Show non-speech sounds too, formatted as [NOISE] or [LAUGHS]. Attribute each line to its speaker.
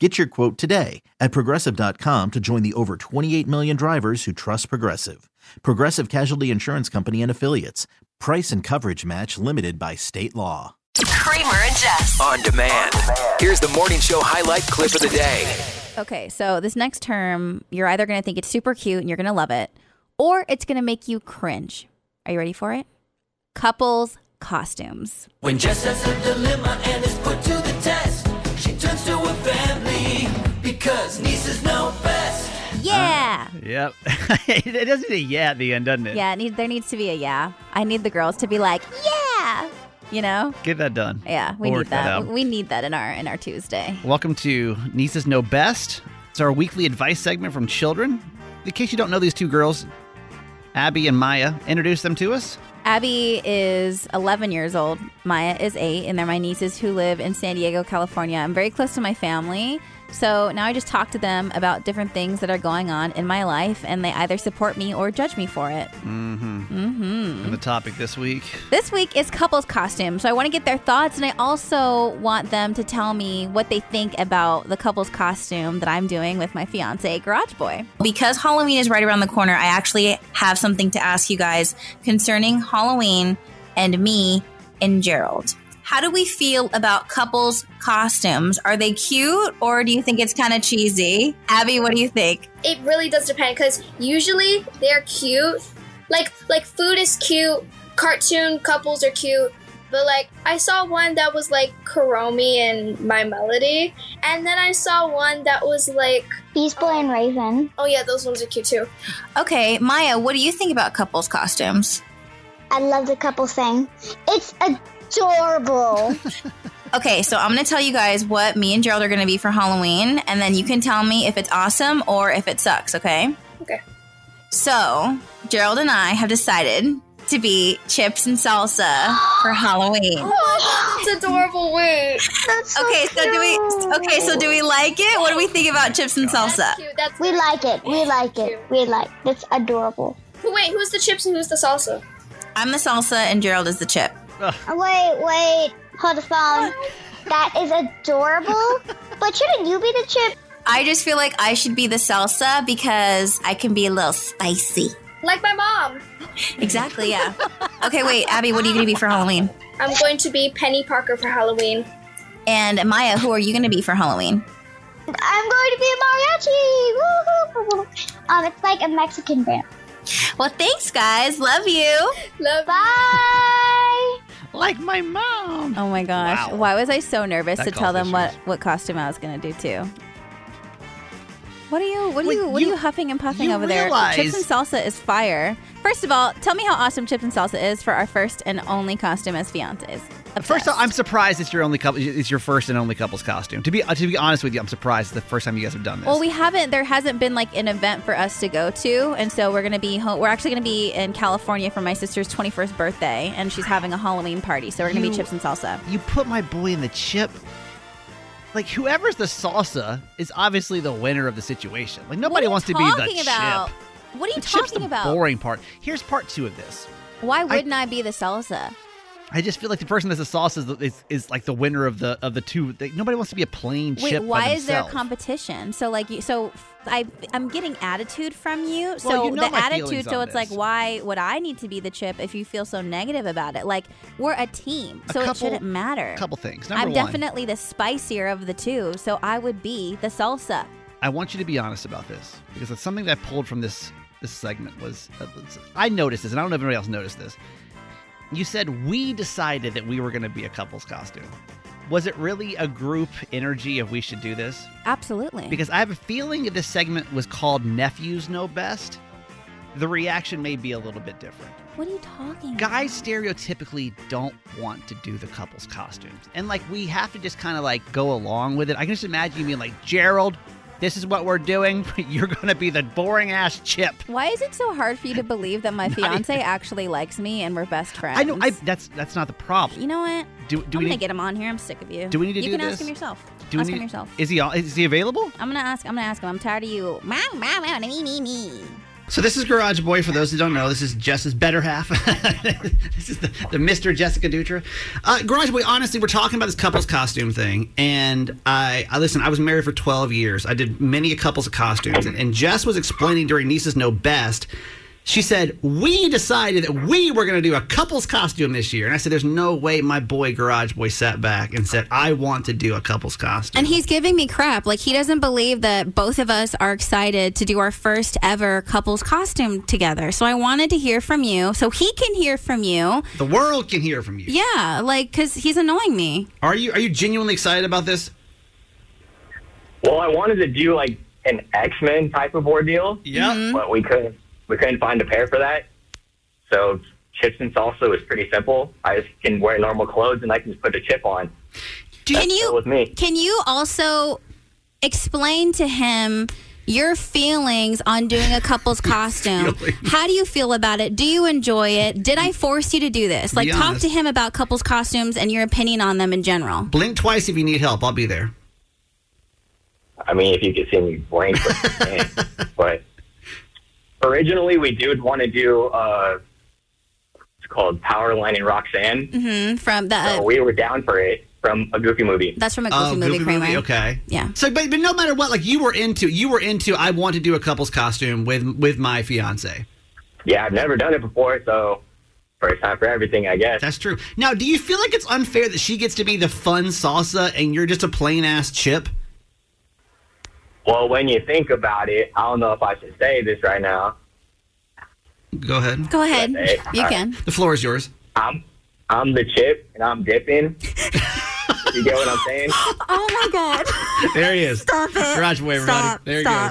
Speaker 1: Get your quote today at progressive.com to join the over 28 million drivers who trust Progressive. Progressive Casualty Insurance Company and Affiliates. Price and coverage match limited by state law.
Speaker 2: Kramer and Jess.
Speaker 3: On demand. Here's the morning show highlight clip of the day.
Speaker 4: Okay, so this next term, you're either going to think it's super cute and you're going to love it, or it's going to make you cringe. Are you ready for it? Couples costumes.
Speaker 5: When Jess has a dilemma and is put to the test, she turns to her family because nieces know best.
Speaker 4: Yeah.
Speaker 6: Yep. [LAUGHS] it doesn't say yeah at the end, doesn't it?
Speaker 4: yeah, it need, there needs to be a yeah. I need the girls to be like, yeah. You know?
Speaker 6: Get that done.
Speaker 4: Yeah, we
Speaker 6: We'll work
Speaker 4: need that.
Speaker 6: out.
Speaker 4: we we need that in our in our Tuesday.
Speaker 6: Welcome to Nieces Know Best. It's our weekly advice segment from children. In case you don't know these two girls, Abby and Maya, introduce them to us.
Speaker 4: Abby is 11 years old. Maya is 8 and they're my nieces who live in San Diego, California. I'm very close to my family. So now I just talk to them about different things that are going on in my life and they either support me or judge me for it. Mm-hmm.
Speaker 6: And the topic this week.
Speaker 4: This week is couples costumes, so I want to get their thoughts, and I also want them to tell me what they think about the couples costume that I'm doing with my fiance, Garage Boy.
Speaker 7: because Halloween is right around the corner, I actually have something to ask you guys concerning Halloween and me and Gerald. How do we feel about couples' costumes? Are they cute or do you think it's kind of cheesy? Abby, what do you think?
Speaker 8: it really does depend because usually they're cute. Like like food is cute, cartoon couples are cute, but like I saw one that was like Karomi and My Melody, and then I saw one that was like
Speaker 9: Beast Boy and Raven.
Speaker 8: oh yeah, those ones are cute too.
Speaker 7: Okay, Maya, what do you think about couples' costumes?
Speaker 9: I love the couple thing. It's
Speaker 7: [LAUGHS]
Speaker 9: adorable.
Speaker 7: Okay, so I'm going to tell you guys what me and Gerald are going to be for Halloween, and then you can tell me if it's awesome or if it sucks, okay?
Speaker 8: Okay.
Speaker 7: So, Gerald and I have decided to be chips and salsa for
Speaker 8: Oh
Speaker 7: Halloween.
Speaker 8: It's adorable. Wait,
Speaker 9: That's so
Speaker 7: Okay, so do we
Speaker 9: cute.
Speaker 7: Okay, so do we like it? What do we think about chips and salsa?
Speaker 8: that's cute. That's
Speaker 9: We like it. We like it. We like. That's adorable.
Speaker 8: Who- wait. Who's the chips and who's the salsa?
Speaker 7: I'm the salsa and Gerald is the chip.
Speaker 9: Oh, wait, wait. Hold
Speaker 7: [LAUGHS]
Speaker 9: the phone. That is adorable. But shouldn't you be the chip?
Speaker 7: I just feel like I should be the salsa because I can be a little spicy.
Speaker 8: Like my mom.
Speaker 7: Exactly, yeah. Okay, wait, Abby, what are you going to be for Halloween?
Speaker 8: I'm going to be Penny Parker for Halloween.
Speaker 7: And Maya, who are you going to be for Halloween?
Speaker 9: I'm going to be a mariachi. Woo-hoo. Um, it's like a Mexican band.
Speaker 7: Well, thanks, guys. Love you.
Speaker 8: Love.
Speaker 9: Bye.
Speaker 6: Like my mom.
Speaker 4: Oh my gosh,
Speaker 6: Wow.
Speaker 4: why was I so nervous
Speaker 6: That
Speaker 4: to tell
Speaker 6: caused
Speaker 4: them what,
Speaker 6: issues.
Speaker 4: what costume I was going to do too? What are you? What are
Speaker 6: Wait,
Speaker 4: you? What
Speaker 6: you-
Speaker 4: are you huffing and puffing
Speaker 6: you
Speaker 4: over
Speaker 6: realize-
Speaker 4: there? Chips and salsa is fire. First of all, tell me how awesome chips and salsa is for our first and only costume as fiancés.
Speaker 6: First off, I'm surprised it's your only couple. It's your first and only couple's costume. To be uh, to be honest with you, I'm surprised it's the first time you guys have done this.
Speaker 4: Well, we haven't. There hasn't been like an event for us to go to, and so we're gonna be. Home, we're actually gonna be in California for my sister's 21st birthday, and she's having a Halloween party. So we're gonna
Speaker 6: You-
Speaker 4: be chips and salsa.
Speaker 6: you put my boy in the chip. Like whoever's the salsa is obviously the winner of the situation. Like nobody
Speaker 4: What are
Speaker 6: wants
Speaker 4: you
Speaker 6: to be the
Speaker 4: talking about?
Speaker 6: chip.
Speaker 4: What are you
Speaker 6: the chip's
Speaker 4: talking
Speaker 6: the
Speaker 4: about?
Speaker 6: boring part. Here's part two of this.
Speaker 4: Why wouldn't I, be the salsa?
Speaker 6: I just feel like the person that's a sauce is, is, is like the winner of the of the two. Like, nobody wants to be a plain
Speaker 4: Wait,
Speaker 6: chip. by
Speaker 4: why is there
Speaker 6: themselves.
Speaker 4: competition? So like, you, so f- I I'm getting attitude from you. So
Speaker 6: you know
Speaker 4: the
Speaker 6: my
Speaker 4: attitude,
Speaker 6: feelings
Speaker 4: so
Speaker 6: on
Speaker 4: it's like,
Speaker 6: this.
Speaker 4: why would I need to be the chip if you feel so negative about it? Like we're a team,
Speaker 6: A
Speaker 4: so it
Speaker 6: couple-
Speaker 4: shouldn't matter.
Speaker 6: couple things. Number
Speaker 4: I'm
Speaker 6: one,
Speaker 4: definitely the spicier of the two, so I would be the salsa.
Speaker 6: I want you to be honest about this because it's something that I pulled from this this segment was uh, was- I noticed this, and I don't know if anybody else noticed this. You said we decided that we were going to be a couple's costume. Was it really a group energy of we should do this?
Speaker 10: Absolutely.
Speaker 6: Because I have a feeling if this segment was called Nephews Know Best, the reaction may be a little bit different.
Speaker 10: what are you talking about?
Speaker 6: Guys stereotypically don't want to do the couple's costumes. And like we have to just kind of like go along with it. I can just imagine you being like, Gerald, this is what we're doing. [LAUGHS] You're going to be the boring ass chip.
Speaker 10: Why is it so hard for you to believe that
Speaker 6: [LAUGHS]
Speaker 10: my fiance actually likes me and we're best friends?
Speaker 6: I know I that's that's not the problem.
Speaker 10: You know what?
Speaker 6: Do, do
Speaker 10: I'm
Speaker 6: we
Speaker 10: gonna
Speaker 6: need,
Speaker 10: get him on here. I'm sick of you.
Speaker 6: do we need to
Speaker 10: you
Speaker 6: do
Speaker 10: can
Speaker 6: this?
Speaker 10: ask him yourself.
Speaker 6: do we
Speaker 10: ask
Speaker 6: need-
Speaker 10: him yourself.
Speaker 6: Is he on- is he available?
Speaker 10: I'm gonna ask. I'm gonna ask him. I'm tired of you. Mom, mom, mom, me, me, me.
Speaker 6: So this is Garage Boy. For those who don't know, this is Jess's better half. [LAUGHS] this is the, the Mr. Jessica Dutra. Uh, Garage Boy. Honestly, we're talking about this couples costume thing, and I, I listen. I was married for 12 years. I did many a couples of costumes, and, and Jess was explaining during Nisa's Know Best. She said we decided that we were going to do a couples costume this year, and I said, "There's no way." My boy Garage Boy sat back and said, "I want to do a couples costume."
Speaker 4: And he's giving me crap. Like he doesn't believe that both of us are excited to do our first ever couples costume together. So I wanted to hear from you so he can hear from you.
Speaker 6: the world can hear from you.
Speaker 4: Yeah, like cuz he's annoying me.
Speaker 6: Are you are you genuinely excited about this?
Speaker 9: Well, I wanted to do like an X Men type of ordeal,
Speaker 6: Yeah.
Speaker 11: Hmm?
Speaker 9: but we couldn't we couldn't find a pair for that. So chips and salsa was pretty simple. I just can wear normal clothes and I can just put a chip on.
Speaker 4: Can
Speaker 9: That
Speaker 4: you
Speaker 9: was me.
Speaker 4: can you also explain to him your feelings on doing a couple's costume?
Speaker 6: Feelings.
Speaker 4: How do you feel about it? Do you enjoy it? Did I force you to do this? Like
Speaker 6: Be
Speaker 4: talk
Speaker 6: honest.
Speaker 4: to him about couples costumes and your opinion on them in general.
Speaker 6: Blink twice if you need help. I'll be there.
Speaker 9: I mean, if you could see me blink, but, man. but originally we did want to do uh, it's called Powerline and Roxanne.
Speaker 7: Mm-hmm.
Speaker 4: Mhm, From the
Speaker 9: So we were down for it from a Goofy movie.
Speaker 4: that's from a goofy movie, Kramer.
Speaker 6: Um, Oh, Okay.
Speaker 4: Yeah.
Speaker 6: So, but, but no matter what, like you were into, you were into. I want to do a couple's costume with with my fiance.
Speaker 9: Yeah, I've never done it before, so first time for everything, I guess.
Speaker 6: That's true. Now, do you feel like it's unfair that she gets to be the fun salsa and you're just a plain ass chip?
Speaker 9: Well, when you think about it, I don't know if I should say this right now.
Speaker 6: Go ahead.
Speaker 4: Go ahead.
Speaker 9: Hey,
Speaker 4: You
Speaker 9: all
Speaker 4: can.
Speaker 6: The floor is yours.
Speaker 9: I'm I'm the chip and I'm dipping. [LAUGHS] you get what I'm saying?
Speaker 4: Oh my god.
Speaker 6: There he is. Stop it. Garage boy, everybody. there he goes.